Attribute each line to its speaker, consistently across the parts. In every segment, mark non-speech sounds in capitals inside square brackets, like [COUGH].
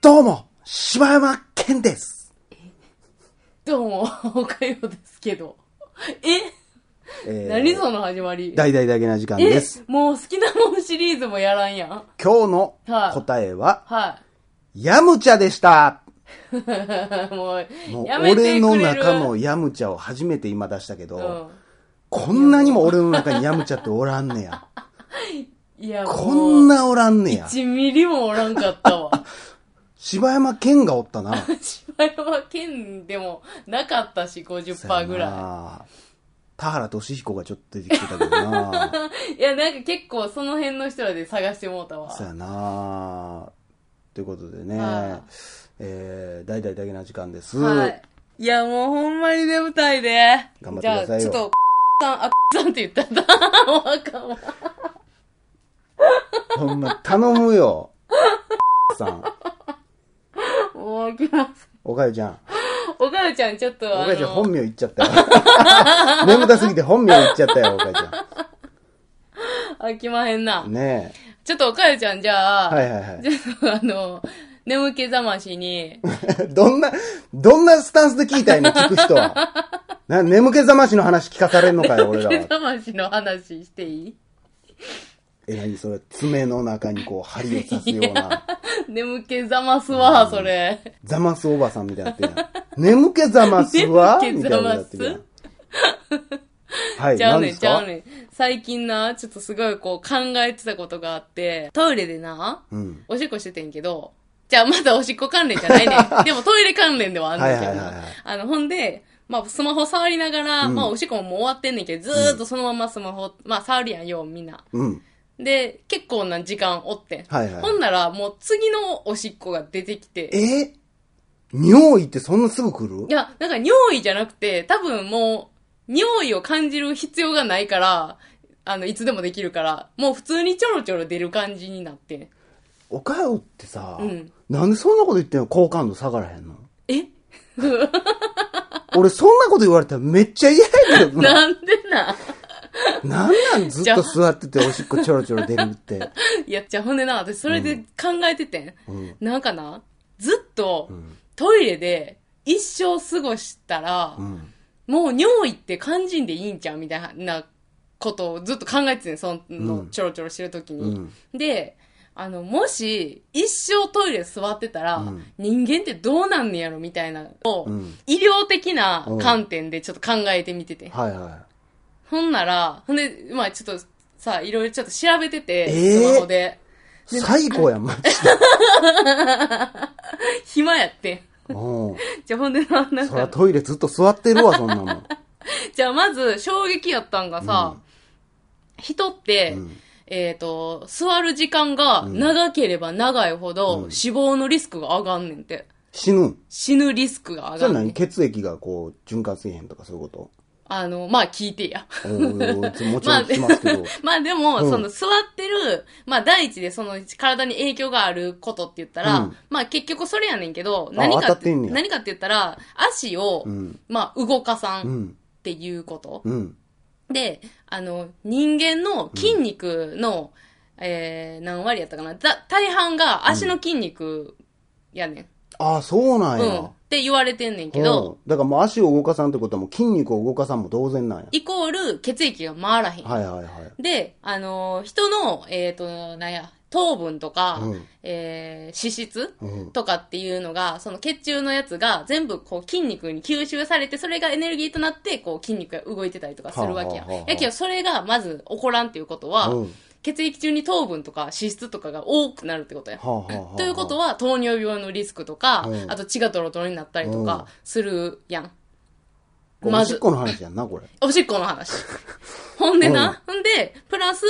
Speaker 1: どうも、柴山健です。
Speaker 2: どうも、おかようですけど。 [LAUGHS] え、
Speaker 1: えー
Speaker 2: 何その始まり
Speaker 1: 大々だけな時間
Speaker 2: え
Speaker 1: です。、
Speaker 2: もう好きなもんシリーズもやらんやん。
Speaker 1: 今日の
Speaker 2: はい
Speaker 1: 答えは、
Speaker 2: は
Speaker 1: ヤムチャでした。
Speaker 2: い。 [LAUGHS] もう、
Speaker 1: もう
Speaker 2: やめてくれ
Speaker 1: 俺
Speaker 2: る
Speaker 1: の中のヤムチャを初めて今出したけど、
Speaker 2: う
Speaker 1: こんなにも俺の中にヤムチャっておらんね
Speaker 2: [LAUGHS]
Speaker 1: や。
Speaker 2: ん。いや、
Speaker 1: こん
Speaker 2: な。
Speaker 1: なおらんねや。
Speaker 2: 1ミリもおらんかった
Speaker 1: [LAUGHS]
Speaker 2: わ。
Speaker 1: 柴山健がおったな。
Speaker 2: 芝山県でもなかったし、50%ぐら
Speaker 1: らい。田原俊彦がちょっと出てきてたけど
Speaker 2: [LAUGHS]
Speaker 1: な。
Speaker 2: い。いや、なんか結構その辺の人らで探してもうたわ。
Speaker 1: そうやなということでね、
Speaker 2: はい
Speaker 1: えー、大々だけな時間です。
Speaker 2: はい。いや、もうほんまにね舞台で。
Speaker 1: 頑張ってくださいよ
Speaker 2: じゃあ、ちょっと、さん、あ、さんって言ったん [LAUGHS] だ。もうあかんわ。
Speaker 1: ほんま、頼むよ。さん。
Speaker 2: もうあきます。
Speaker 1: おかゆちゃん。
Speaker 2: おかよちゃん、ちょっと、
Speaker 1: おかゆちゃん
Speaker 2: あの
Speaker 1: 本名言っちゃった
Speaker 2: [LAUGHS]
Speaker 1: よ。眠たすぎて本名言っちゃったよ、おかゆち
Speaker 2: 飽きまへん
Speaker 1: ゃ
Speaker 2: な。
Speaker 1: ん。ね
Speaker 2: ちょっとおかよちゃん、じゃあ、
Speaker 1: はいはいはい
Speaker 2: ちょっとあの、眠気覚ましに、
Speaker 1: え。 [LAUGHS] どんな、どんなスタンスで聞いたいの聞く人は。な眠気覚ましの話聞かされんのかよ、俺ら
Speaker 2: 眠気 [LAUGHS]
Speaker 1: は。
Speaker 2: 覚ましの話していい
Speaker 1: え、何それ、爪の中にこう、針を刺すような、
Speaker 2: 眠気覚ますわ、それ。
Speaker 1: ざますおばさんみたいになってんやん。眠気覚ますわ
Speaker 2: [LAUGHS] 眠
Speaker 1: み
Speaker 2: 気
Speaker 1: たいなに
Speaker 2: 覚ま
Speaker 1: な
Speaker 2: す
Speaker 1: ってるやん。はい、
Speaker 2: ちゃ
Speaker 1: 何
Speaker 2: う
Speaker 1: で
Speaker 2: ねん、
Speaker 1: す
Speaker 2: ちゃ
Speaker 1: か
Speaker 2: うねん。最近な、ちょっとすごいこう考えてたことがあって、トイレでな、
Speaker 1: うん。
Speaker 2: おしっこしててんけど、じゃあまだおしっこ関連じゃないね
Speaker 1: [LAUGHS]
Speaker 2: ん。でもトイレ関連ではあんねんけど
Speaker 1: はいはいはい
Speaker 2: な
Speaker 1: はい。
Speaker 2: あの、ほんで、まあ、スマホ触りながら、
Speaker 1: うん
Speaker 2: まあ、おしっこももう終わってんねんけど、ずーっとそのままスマホ、まあ、触るやんよ、みんな。
Speaker 1: うん。
Speaker 2: で、結構な時間おってん。
Speaker 1: はいはい
Speaker 2: ほんなら、もう次のおしっこが出てきて。
Speaker 1: え尿意ってそんなすぐ来る
Speaker 2: いや、なんか尿意じゃなくて、多分もう、尿意を感じる必要がないから、あの、いつでもできるから、もう普通にちょろちょろ出る感じになってん。
Speaker 1: おかよってさ、
Speaker 2: うん
Speaker 1: なんでそんなこと言ってんの好感度下がらへんの
Speaker 2: え
Speaker 1: 俺そんなこと言われたらめっちゃ嫌やけどな。
Speaker 2: なんでな
Speaker 1: なんなんずっと座ってておしっこちょろちょろ出るって。
Speaker 2: いや、じゃあほんでな、私それで考えててん。
Speaker 1: うん。
Speaker 2: なんかな、ずっと
Speaker 1: ん
Speaker 2: トイレで一生過ごしたら、
Speaker 1: うん。
Speaker 2: もう尿意って肝心でいいんちゃうみたいなことをずっと考えててん、その、
Speaker 1: うん
Speaker 2: ちょろちょろしてるときに。
Speaker 1: うん。
Speaker 2: で、あの、もし、一生トイレ座ってたら、
Speaker 1: うん
Speaker 2: 人間ってどうなんねやろみたいなのを、
Speaker 1: うん
Speaker 2: 医療的な観点でちょっと考えてみてて。
Speaker 1: はいは
Speaker 2: ほんなら、ほんで、まあちょっとさ、いろいろちょっと調べてて、
Speaker 1: えー
Speaker 2: スマホで。
Speaker 1: い。最高やん、
Speaker 2: [LAUGHS]
Speaker 1: マジで。
Speaker 2: 暇やってん。
Speaker 1: うん。
Speaker 2: じゃあほんでな、なん
Speaker 1: そら
Speaker 2: か、
Speaker 1: トイレずっと座ってるわ、そんなもん。
Speaker 2: じゃあまず衝撃やったんがさ、人って、
Speaker 1: うん
Speaker 2: えっ、と、座る時間が長ければ長いほど、死亡のリスクが上がんねんって。
Speaker 1: 死ぬん。
Speaker 2: 死ぬリスクが上
Speaker 1: そ
Speaker 2: が
Speaker 1: れ
Speaker 2: んね
Speaker 1: 何。
Speaker 2: ん
Speaker 1: 血液がこう、循環せえへんとかそういう
Speaker 2: [LAUGHS]
Speaker 1: こ
Speaker 2: あの、まあ聞いてや。
Speaker 1: とうんうんうんもち
Speaker 2: ま
Speaker 1: ろ
Speaker 2: あ
Speaker 1: んしますけど。
Speaker 2: [LAUGHS] まあでも、
Speaker 1: うん
Speaker 2: その座ってる、まあ第一でその体に影響があることって言ったら、
Speaker 1: うん
Speaker 2: まあ結局それやねんけど、
Speaker 1: あ
Speaker 2: 何か
Speaker 1: 当たってんねや
Speaker 2: 何かって言ったら、足を、
Speaker 1: うん。
Speaker 2: まあ動かさ
Speaker 1: うん
Speaker 2: っ
Speaker 1: ん。
Speaker 2: ていうこと。
Speaker 1: うん。
Speaker 2: で、あの、人間の筋肉の、えー、何割やったかなだ大半が足の筋肉やねん。
Speaker 1: ああ、そうな
Speaker 2: うんん。
Speaker 1: や。
Speaker 2: って言われてんねんけど、
Speaker 1: うんだからもう足を動かさんってことはもう筋肉を動かさんも同然なんや。
Speaker 2: イコール血液が回らへん。
Speaker 1: はいはいはい。
Speaker 2: で、あのー人の、えっ、と、なんや、糖分とか、
Speaker 1: うん
Speaker 2: えー脂質
Speaker 1: うん。
Speaker 2: とかっていうのが、その血中のやつが全部こう筋肉に吸収されて、それがエネルギーとなって、こう筋肉が動いてたりとかするわけや
Speaker 1: はあは。あはあ
Speaker 2: やけど、それがまず起こらんっていうことは、
Speaker 1: うん
Speaker 2: 血液中に糖分とか脂質とかが多くなるってことや。
Speaker 1: はあはあはあ
Speaker 2: ということは、糖尿病のリスクとか、
Speaker 1: うん
Speaker 2: あと血がドロドロになったりと
Speaker 1: うん
Speaker 2: かするやん。
Speaker 1: おしっこの話やんな、これ。
Speaker 2: おしっこの
Speaker 1: [LAUGHS]
Speaker 2: 話。ほんでな、ほんで、プラス、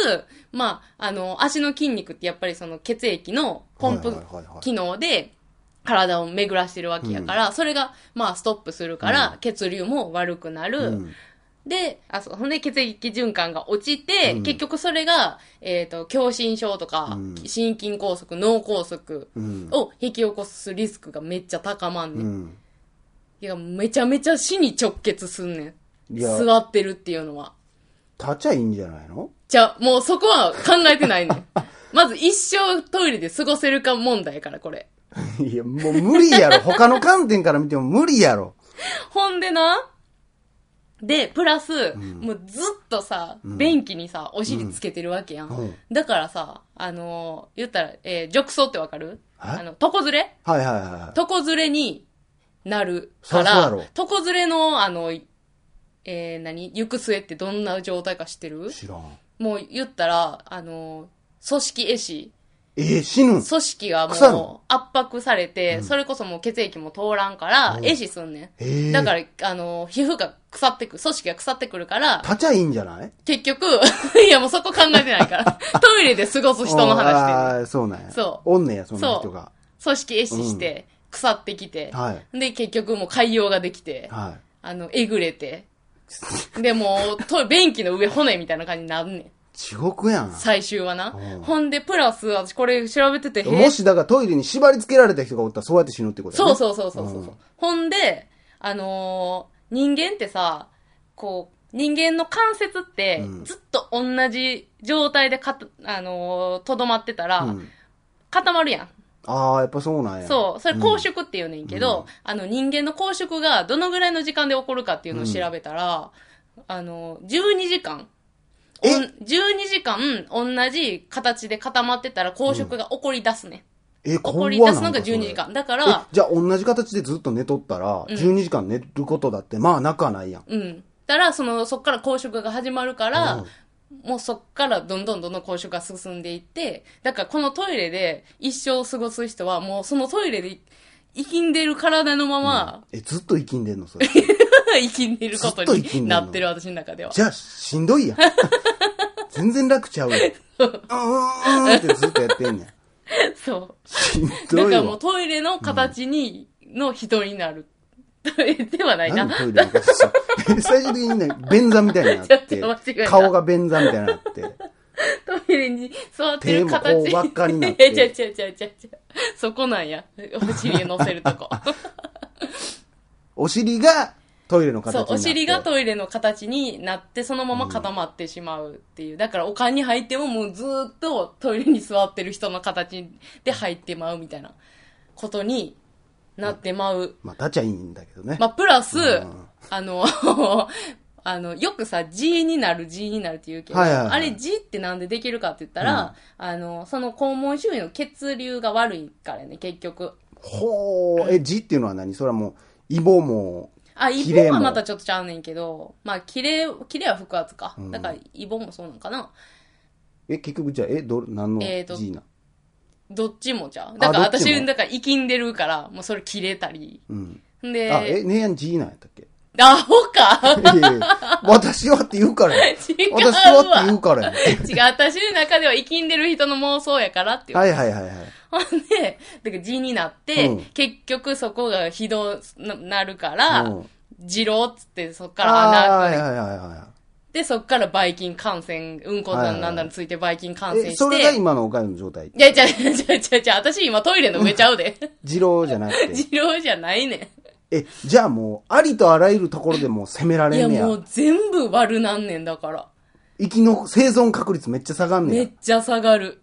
Speaker 2: まあ、あの、足の筋肉ってやっぱりその血液のポンプ
Speaker 1: はいはいはいはい
Speaker 2: 機能で体を巡らしてるわけやから、それが、まあ、ストップするから、血流も悪くなる。
Speaker 1: うん。
Speaker 2: で、あ、そう、ほんで血液循環が落ちて、結局それが、えっ、と、狭心症とか、
Speaker 1: うん
Speaker 2: 心筋梗塞、脳梗塞
Speaker 1: うん。
Speaker 2: を引き起こすリスクがめっちゃ高まんねん。
Speaker 1: うん。
Speaker 2: いや、めちゃめちゃ死に直結すんねん。
Speaker 1: いや、
Speaker 2: 座ってるっていうのは。
Speaker 1: 立ちゃいいんじゃないの [LAUGHS]
Speaker 2: じゃあもうそこは考えてないねん。まず一生トイレで過ごせるか問題やから、これ。
Speaker 1: いや、もう無理
Speaker 2: [LAUGHS]
Speaker 1: やろ。他の観点から見ても無理やろ。
Speaker 2: ほんでな、で、プラス、もうずっとさ、便器にさ、お尻つけてるわけやん。
Speaker 1: うん
Speaker 2: だからさ、あのー言ったら、えー、褥瘡ってわかる
Speaker 1: え
Speaker 2: あの、床ずれ
Speaker 1: はいはいはいはい。
Speaker 2: 床ずれになるか
Speaker 1: そらそ
Speaker 2: ら
Speaker 1: うや、
Speaker 2: 床ずれの、あの、えー、何行く末ってどんな状態か知ってる
Speaker 1: 知らん。
Speaker 2: もう言ったら、あのー組織壊死。
Speaker 1: えー、死ぬん
Speaker 2: 組織が
Speaker 1: 腐るの
Speaker 2: もう圧迫されて、それこそもう血液も通らんから、壊死すんねん。
Speaker 1: えー、
Speaker 2: だから、あの、皮膚が腐ってく、組織が腐ってくるから、
Speaker 1: 立ちゃいいんじゃない
Speaker 2: 結局、 [LAUGHS] いやもうそこ考えてない
Speaker 1: [LAUGHS]
Speaker 2: から、トイレで過ごす人の話で、
Speaker 1: あーそうなんや。
Speaker 2: そう
Speaker 1: おんねや、そんな人が。
Speaker 2: 組織壊死して、腐ってきて、
Speaker 1: はい。
Speaker 2: で、結局もう海洋ができて、
Speaker 1: はい。
Speaker 2: あの、えぐれて、で、もう、トイ便器の上骨みたいな感じになんねん。
Speaker 1: 地獄やん。
Speaker 2: 最終はな
Speaker 1: うん。
Speaker 2: ほんで、プラス、私これ調べてて、へー
Speaker 1: もしだからトイレに縛り付けられた人がおったらそうやって死ぬってことや
Speaker 2: そう
Speaker 1: ね。う。
Speaker 2: そうそうそうそう、
Speaker 1: うん
Speaker 2: ほんで、あのー人間ってさ、こう、人間の関節って
Speaker 1: うん
Speaker 2: ずっと同じ状態でかた、あのーとどまってたら、
Speaker 1: うん、
Speaker 2: 固まるやん。
Speaker 1: ああ、やっぱそうなんや。
Speaker 2: そう。それ公縮って言うねんけど、あの人間の公縮がどのぐらいの時間で起こるかっていうのを調べたら、あのー、12時間。おん
Speaker 1: え
Speaker 2: 12時間同じ形で固まってたら公縮が起こり出すね、
Speaker 1: え、
Speaker 2: ん。起こ
Speaker 1: 怖
Speaker 2: り
Speaker 1: い
Speaker 2: 出
Speaker 1: な
Speaker 2: すのが12時。間。だから
Speaker 1: え、じゃあ同じ形でずっと寝とったら、12時間寝ることだって、まあなくはないやん。
Speaker 2: うん。たら、その、そっから公職が始まるから
Speaker 1: う、
Speaker 2: もうそっからどんどんどんどん公職が進んでいって、だからこのトイレで一生過ごす人は、もうそのトイレで生きんでる体のまま、
Speaker 1: え、ずっと生きんでんのそれ。
Speaker 2: [LAUGHS] 生きんでること
Speaker 1: ずっと生きんでん
Speaker 2: に
Speaker 1: の
Speaker 2: なってる私の中
Speaker 1: [LAUGHS]
Speaker 2: では。
Speaker 1: じゃあ、しんどいやん。全然楽ちゃうやん。うーんってずっとやって
Speaker 2: [LAUGHS]
Speaker 1: んねん。
Speaker 2: そ
Speaker 1: しん
Speaker 2: う。だ
Speaker 1: どい
Speaker 2: からも
Speaker 1: わ
Speaker 2: う。トイレの形に、の人になる。 [LAUGHS] ではないな
Speaker 1: 何。のトイレの形さ [LAUGHS] 最終的にね、便座みたいになって
Speaker 2: [LAUGHS] ちょっと間違え、た
Speaker 1: 顔が便座みたいになって。
Speaker 2: トイレに座ってる形
Speaker 1: 手もこう輪っかになっ
Speaker 2: い
Speaker 1: て
Speaker 2: [LAUGHS] や、ちゃうちゃうちゃうちゃうちゃうそこなんや。お尻乗せるとこ。
Speaker 1: お尻がトイレの形にな
Speaker 2: そう
Speaker 1: っ、て。
Speaker 2: お尻がトイレの形になって、そのまま固まってしまうっていう。だから、お棺に入ってももうずーっとトイレに座ってる人の形で入ってまうみたいなことになってまう。
Speaker 1: まあ、立ちゃいいんだけどね。
Speaker 2: まあ、プラス、
Speaker 1: ん
Speaker 2: あの、 [LAUGHS] あの、よくさ、G になる、G になるって言うけど、
Speaker 1: はいはいはい
Speaker 2: あれ G ってなんでできるかって言ったら、あの、その肛門周囲の血流が悪いからやね、結局。
Speaker 1: ほー、え、字っていうのは何それはもう、イボも、
Speaker 2: あ、イ
Speaker 1: キ
Speaker 2: ボ
Speaker 1: レ
Speaker 2: は
Speaker 1: も
Speaker 2: またちょっとちゃうねんけど、まあ、キレ、キレは腹圧か。だから、イボもそうなんかな。
Speaker 1: え、結局じゃあ、え、ど、何の
Speaker 2: えーと
Speaker 1: 字な、
Speaker 2: どっちもじゃう。だから
Speaker 1: あどっちも
Speaker 2: 私、だから、生きんでるから、もうそれ切れたり。
Speaker 1: うん。
Speaker 2: んで、
Speaker 1: あ、え、ねえやん字なんやったっけ
Speaker 2: アホか [LAUGHS]
Speaker 1: いやいや私はって言うからやん。
Speaker 2: 違うわ
Speaker 1: 私はって言うからやん。
Speaker 2: 違う、私の中では生きんでる人の妄想やからっていう。
Speaker 1: はいはいはいはい。
Speaker 2: ほんで、だから字になって、
Speaker 1: うん
Speaker 2: 結局そこがひどななるから
Speaker 1: うん、
Speaker 2: 次郎っつってそっから穴
Speaker 1: あーはい
Speaker 2: 開くね
Speaker 1: はいはいは
Speaker 2: で、そっからばい菌感染、うんこなんだなんだについてばい菌感
Speaker 1: い
Speaker 2: 染
Speaker 1: え、
Speaker 2: して。
Speaker 1: それが今のおかゆの状態。
Speaker 2: いや、ちゃうちゃうちゃうちゃうちゃう、私今トイレの上ちゃうで。
Speaker 1: 二郎じゃなく
Speaker 2: [LAUGHS]
Speaker 1: て。
Speaker 2: 次郎じゃないねん。
Speaker 1: え、じゃあもう、ありとあらゆるところでもう攻めら
Speaker 2: い
Speaker 1: れ
Speaker 2: や
Speaker 1: んねや
Speaker 2: も。う全部悪なんねんだから。
Speaker 1: 生きの、生存確率めっちゃ下がんね
Speaker 2: め
Speaker 1: や
Speaker 2: っ。ちゃ下がる。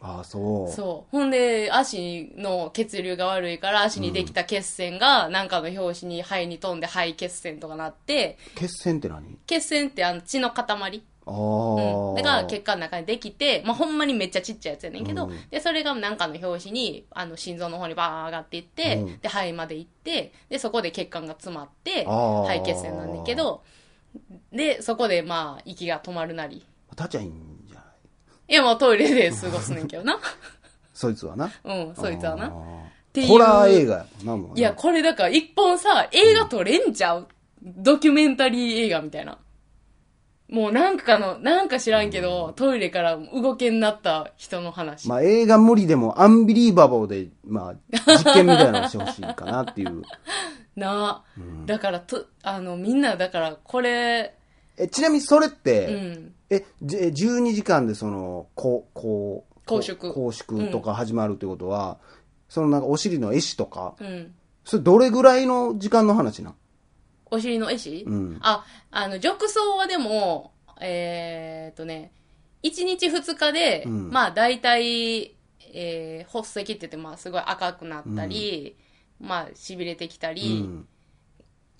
Speaker 1: ああ、そう。
Speaker 2: そう。ほんで、足の血流が悪いから、足にできた血栓が、なんかの拍子に肺に飛んで肺血栓とかなって、
Speaker 1: 血栓って何
Speaker 2: 血栓ってあの血の塊。
Speaker 1: あ
Speaker 2: うん。だから
Speaker 1: あ。
Speaker 2: 血管の中にできて、まあ、ほんまにめっちゃちっちゃいやつやねんけど、
Speaker 1: うん
Speaker 2: で、それがなんかの拍子に、あの、心臓の方にバーン上がっていって、
Speaker 1: うん
Speaker 2: で、肺まで行って、で、そこで血管が詰まって、
Speaker 1: あー
Speaker 2: 肺血栓なんだけど、で、そこでまあ、息が止まるなり。
Speaker 1: 立ちゃいいんじゃない
Speaker 2: いや、まあ、トイレで過ごすねんけどな。 [LAUGHS]
Speaker 1: そいつはな。
Speaker 2: うん、そいつは
Speaker 1: あ
Speaker 2: な。
Speaker 1: ー
Speaker 2: ていう
Speaker 1: ホラー映画やもんな、もうない
Speaker 2: や、これだから一本さ、映画撮れんちゃう、ドキュメンタリー映画みたいな。もうなんかの、なんか知らんけど、トイレから動けになった人の話。
Speaker 1: まあ映画無理でもアンビリーバボーで、まあ実験みたいなのしてほしいかなっていう。 [LAUGHS]
Speaker 2: なあ、だからと、あの、みんなだから、これ、
Speaker 1: え、ちなみにそれって、
Speaker 2: うん。
Speaker 1: え、じえ12時間でその、こう、こう、
Speaker 2: 拘縮
Speaker 1: 公縮とか始まるってことは、そのなんかお尻の絵師とか、
Speaker 2: うん。
Speaker 1: それどれぐらいの時間の話なん
Speaker 2: お尻の絵師、
Speaker 1: うん
Speaker 2: あ、あの、褥瘡はでも、えーっとね、 1日2日で、
Speaker 1: うん
Speaker 2: まあ大体、えー、発石って言って、まあすごい赤くなったり、まあ痺れてきた
Speaker 1: う
Speaker 2: り、
Speaker 1: ん。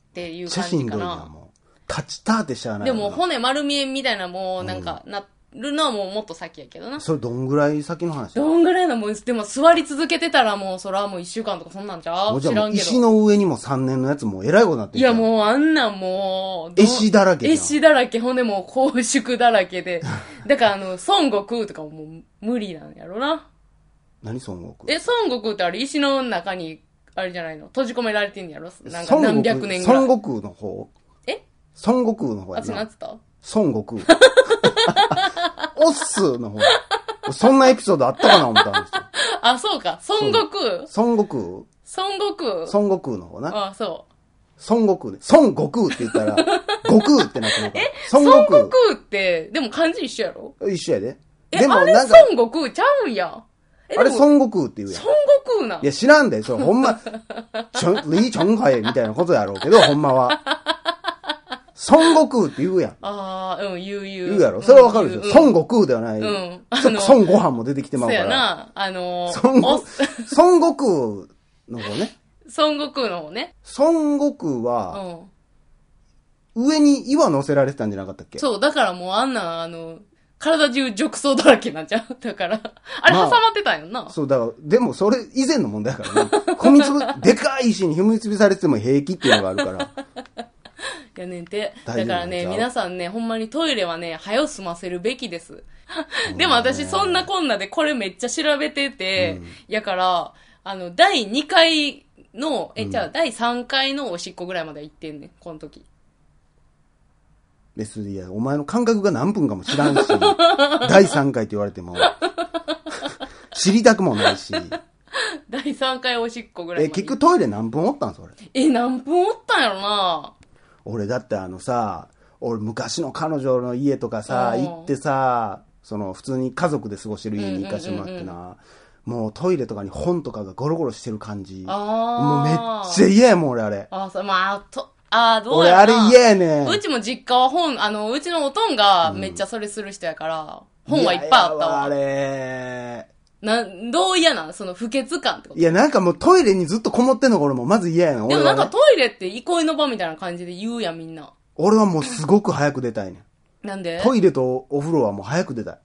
Speaker 2: っていう
Speaker 1: 写
Speaker 2: 感じ
Speaker 1: 真
Speaker 2: か
Speaker 1: どいな、
Speaker 2: な。
Speaker 1: もう。立ちたーってしゃあない
Speaker 2: で
Speaker 1: よな
Speaker 2: も骨丸見えみたいなもうなんか、なるのはもうもっと先やけどな。
Speaker 1: それどんぐらい先の話
Speaker 2: どんぐらいのもう、でも座り続けてたらもうそらもう一週間とかそんなんちゃ
Speaker 1: もう
Speaker 2: う
Speaker 1: じゃ
Speaker 2: 知
Speaker 1: あ
Speaker 2: ら
Speaker 1: も
Speaker 2: ん
Speaker 1: う
Speaker 2: け
Speaker 1: 石
Speaker 2: ど。
Speaker 1: の上にも3年のやつもうえらいことになって
Speaker 2: いや
Speaker 1: う。
Speaker 2: もうあんなんもう、ど
Speaker 1: 絵師だらけじゃん
Speaker 2: 絵師だらけ、骨もう硬縮だらけで。 [LAUGHS] だからあの、孫悟空とかももう無理なんやろな。
Speaker 1: 何孫悟空
Speaker 2: え、孫悟空ってあれ石の中に、あれじゃないの閉じ込められてんやろなんか
Speaker 1: 孫
Speaker 2: 何
Speaker 1: 悟空
Speaker 2: 百年ぐらい。
Speaker 1: 孫悟空の方
Speaker 2: え
Speaker 1: 孫悟空の方
Speaker 2: あ、
Speaker 1: や
Speaker 2: そうな
Speaker 1: な
Speaker 2: っ。てた
Speaker 1: 孫悟空。 [LAUGHS] おっすーの方。そんなエピソードあったかな思ったんですよ。
Speaker 2: あ、そうか。孫悟空
Speaker 1: 孫悟
Speaker 2: 孫悟空
Speaker 1: 空孫悟空の方な。
Speaker 2: あそ
Speaker 1: 孫悟空で。孫悟空って言ったら、悟空ってなってるから。
Speaker 2: う。
Speaker 1: 孫
Speaker 2: 孫
Speaker 1: 悟空
Speaker 2: 悟空って、でも漢字一緒やろ
Speaker 1: 一緒やで。
Speaker 2: え、
Speaker 1: でも
Speaker 2: あれ
Speaker 1: な
Speaker 2: 孫
Speaker 1: んか、
Speaker 2: 悟空ちゃうんや。え、
Speaker 1: あれ
Speaker 2: で
Speaker 1: 孫
Speaker 2: も孫
Speaker 1: 悟空って言うやん。。
Speaker 2: 悟空ない
Speaker 1: や、知らんで、そう、ほんま、ちょ、 [LAUGHS] リーチョンカイみたいなことやろうけど、ほんまは。孫悟空って言うやん。
Speaker 2: ああ、うん、言う言う。
Speaker 1: 言うやろ。それはわかるでしょ。孫
Speaker 2: 悟
Speaker 1: 悟空ではない。
Speaker 2: う
Speaker 1: 孫
Speaker 2: ん。あの、
Speaker 1: 孫悟飯も出てきてま
Speaker 2: そう
Speaker 1: うか
Speaker 2: や
Speaker 1: ら。
Speaker 2: な。あのー、
Speaker 1: 孫
Speaker 2: お
Speaker 1: 悟孫悟空の方ね。
Speaker 2: 孫悟空の方ね。
Speaker 1: 孫悟空
Speaker 2: う
Speaker 1: は、
Speaker 2: ん。
Speaker 1: 上に岩乗せられてたんじゃなかったっけ
Speaker 2: そう、だからもうあんな、あの、体中褥瘡だらけになっちゃう。 [LAUGHS] だから、あれ
Speaker 1: まあ
Speaker 2: 挟まってたんやんな。
Speaker 1: そう、だから、でもそれ以前の問題だからね。 [LAUGHS] 踏みつぶ、でかい石に踏みつぶされてても平気っていうのがあるから。
Speaker 2: やねんて。だ
Speaker 1: 大
Speaker 2: か
Speaker 1: 丈夫
Speaker 2: らね、
Speaker 1: ちゃう
Speaker 2: 皆さんね、ほんまにトイレはね、早う済ませるべきです。でも私、そんなこんなでこれめっちゃ調べてて、やから、あの、第2回の、え、じゃあ第3回のおしっこぐらいまで行ってんねん、この時。 [LAUGHS]
Speaker 1: 別に、いや、お前の感覚が何分かも知
Speaker 2: [LAUGHS]
Speaker 1: らんし、第3回って言われても、知りたくもないし、
Speaker 2: 第3回おしっこぐらい
Speaker 1: え、
Speaker 2: まで
Speaker 1: 結
Speaker 2: 行っ
Speaker 1: 局トイレ何分おったんそれ。
Speaker 2: え、何分おったんやろな
Speaker 1: 俺だってあのさ、俺昔の彼女の家とかさ、
Speaker 2: うん
Speaker 1: 行ってさ、その普通に家族で過ごしてる家に行かしてもらってな、もうトイレとかに本とかがゴロゴロしてる感じ。もうめっ
Speaker 2: あー。
Speaker 1: ちゃ嫌やもん俺あれ。
Speaker 2: あー、そう、まあ、と、あーどう
Speaker 1: 俺
Speaker 2: や
Speaker 1: あ
Speaker 2: ろ
Speaker 1: れ
Speaker 2: な
Speaker 1: 嫌やねん。
Speaker 2: うちも実家は本、あの、うちのおとんがめっちゃそれする人やから、本はいっぱいあったわ。
Speaker 1: いやいやあれ。
Speaker 2: な、どう嫌なんその不潔感ってこと
Speaker 1: いや、なんかもうトイレにずっとこもってんのが俺もうまず嫌やねん。
Speaker 2: で
Speaker 1: 俺
Speaker 2: も
Speaker 1: は
Speaker 2: なん
Speaker 1: ね、
Speaker 2: かトイレって憩いの場みたいな感じで言うやんみんな。
Speaker 1: 俺はもうすごく早く出たいねん。
Speaker 2: なんで
Speaker 1: トイレとお風呂はもう早く出たい。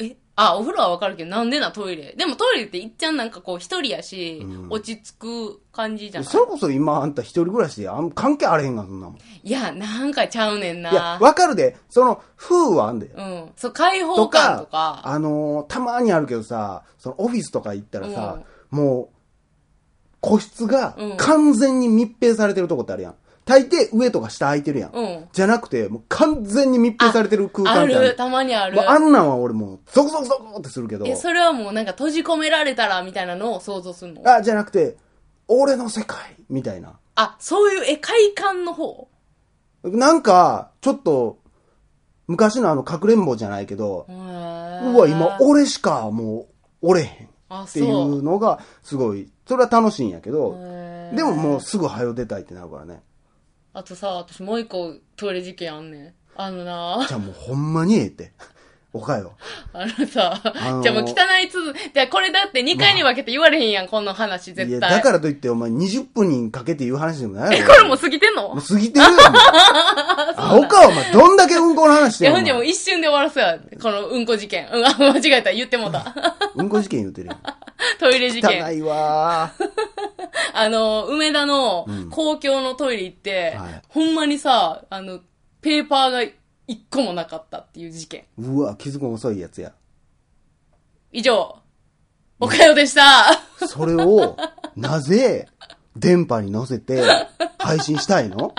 Speaker 2: えあ、お風呂はわかるけど、なんでなトイレ。でもトイレっていっちゃんなんかこう一人やし、
Speaker 1: うん
Speaker 2: 落ち着く感じじゃない
Speaker 1: それこそ今あんた一人暮らしであん関係あれへんがそんなもん。い
Speaker 2: いや、なんかちゃうねん
Speaker 1: や
Speaker 2: な、。
Speaker 1: わかるで、その、風はあんだよ。
Speaker 2: うん。そう、開
Speaker 1: と
Speaker 2: 放感
Speaker 1: か、
Speaker 2: とか。
Speaker 1: あのーたまにあるけどさ、そのオフィスとか行ったらさ、もう、個室が
Speaker 2: うん
Speaker 1: 完全に密閉されてるとこってあるやん。大抵上とか下空いてるやん。
Speaker 2: うん。
Speaker 1: じゃなくて、もう完全に密閉されてる空間
Speaker 2: あ
Speaker 1: ってあるやん
Speaker 2: る、たまにある。
Speaker 1: もうあんなんは俺もう、ゾクゾクゾクってするけど、
Speaker 2: え、それはもうなんか閉じ込められたらみたいなのを想像するの
Speaker 1: あ、じゃなくて、俺の世界みたいな。
Speaker 2: あ、そういう、え、快感の方
Speaker 1: なんか、ちょっと、昔のあの、かくれんぼじゃないけど
Speaker 2: う、
Speaker 1: うわ、
Speaker 2: わ
Speaker 1: 今、俺しかもう、おれへんっ
Speaker 2: あ、
Speaker 1: てい
Speaker 2: そう
Speaker 1: うのが、すごい、それは楽しいんやけど、
Speaker 2: へー
Speaker 1: でももうすぐ早よ出たいってなるからね。
Speaker 2: あとさ、私もう一個トイレ事件あんねん。あのな、 [LAUGHS]
Speaker 1: じゃあもうほんまにええって。 [LAUGHS] おかよ。
Speaker 2: あのさ、
Speaker 1: のー
Speaker 2: じゃあもう汚いつづ、じゃあこれだって2回に分けて言われへんやん、こんな話
Speaker 1: い
Speaker 2: 絶
Speaker 1: や、
Speaker 2: 対。
Speaker 1: だからといってお前20分にかけて言う話でもない
Speaker 2: え、
Speaker 1: や
Speaker 2: こ
Speaker 1: ろ
Speaker 2: れもう過ぎてんの
Speaker 1: もう過ぎてるよ、
Speaker 2: [LAUGHS]
Speaker 1: もうアホか、お前。どんだけうんこの話し
Speaker 2: い
Speaker 1: てん
Speaker 2: や、
Speaker 1: の
Speaker 2: ほんじゃもう一瞬で終わらすやん。このうんこ事件。うん、あ、間違えた。言っても
Speaker 1: [LAUGHS]
Speaker 2: うた。
Speaker 1: うんこ事件言うてるよ。
Speaker 2: トイレ事
Speaker 1: 汚
Speaker 2: 件。
Speaker 1: いわー。
Speaker 2: あの、梅田の公共のトイレ行って、
Speaker 1: はい
Speaker 2: ほんまにさ、あの、ペーパーが一個もなかったっていう事件。
Speaker 1: うわ、気づくの遅いやつや。
Speaker 2: 以上、おかよでした。
Speaker 1: それを、 [LAUGHS] なぜ、電波に乗せて、配信したいの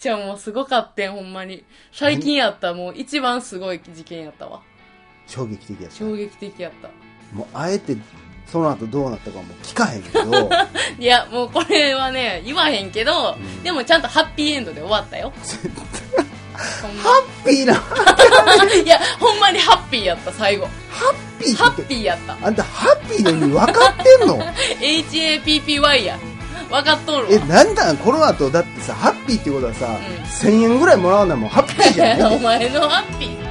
Speaker 2: じゃあもうすごかってん、ほんまに。最近やった、もう一番すごい事件やったわ。
Speaker 1: 衝撃的やつ。
Speaker 2: 衝撃的やった。
Speaker 1: もう、あえて、その後どうなったかもう聞かへんけど、
Speaker 2: いや、もうこれはね、言わへんけど、でもちゃんとハッピーエンドで終わったよ。ほんま
Speaker 1: ピーな、ハ
Speaker 2: いや、ほんまにハッピーやった、最後。
Speaker 1: ッピ
Speaker 2: ハ
Speaker 1: ーって
Speaker 2: ッピーやった。
Speaker 1: あんた、ハッピーの意味分かってんの
Speaker 2: HAPPY や。分かっとる
Speaker 1: え、
Speaker 2: わ。
Speaker 1: なんだこの後、だってさ、ハッピーってことはさ、
Speaker 2: ん [LAUGHS]
Speaker 1: 1000円ぐらいもらうのはもうハッピーじゃない
Speaker 2: お前のハッピー。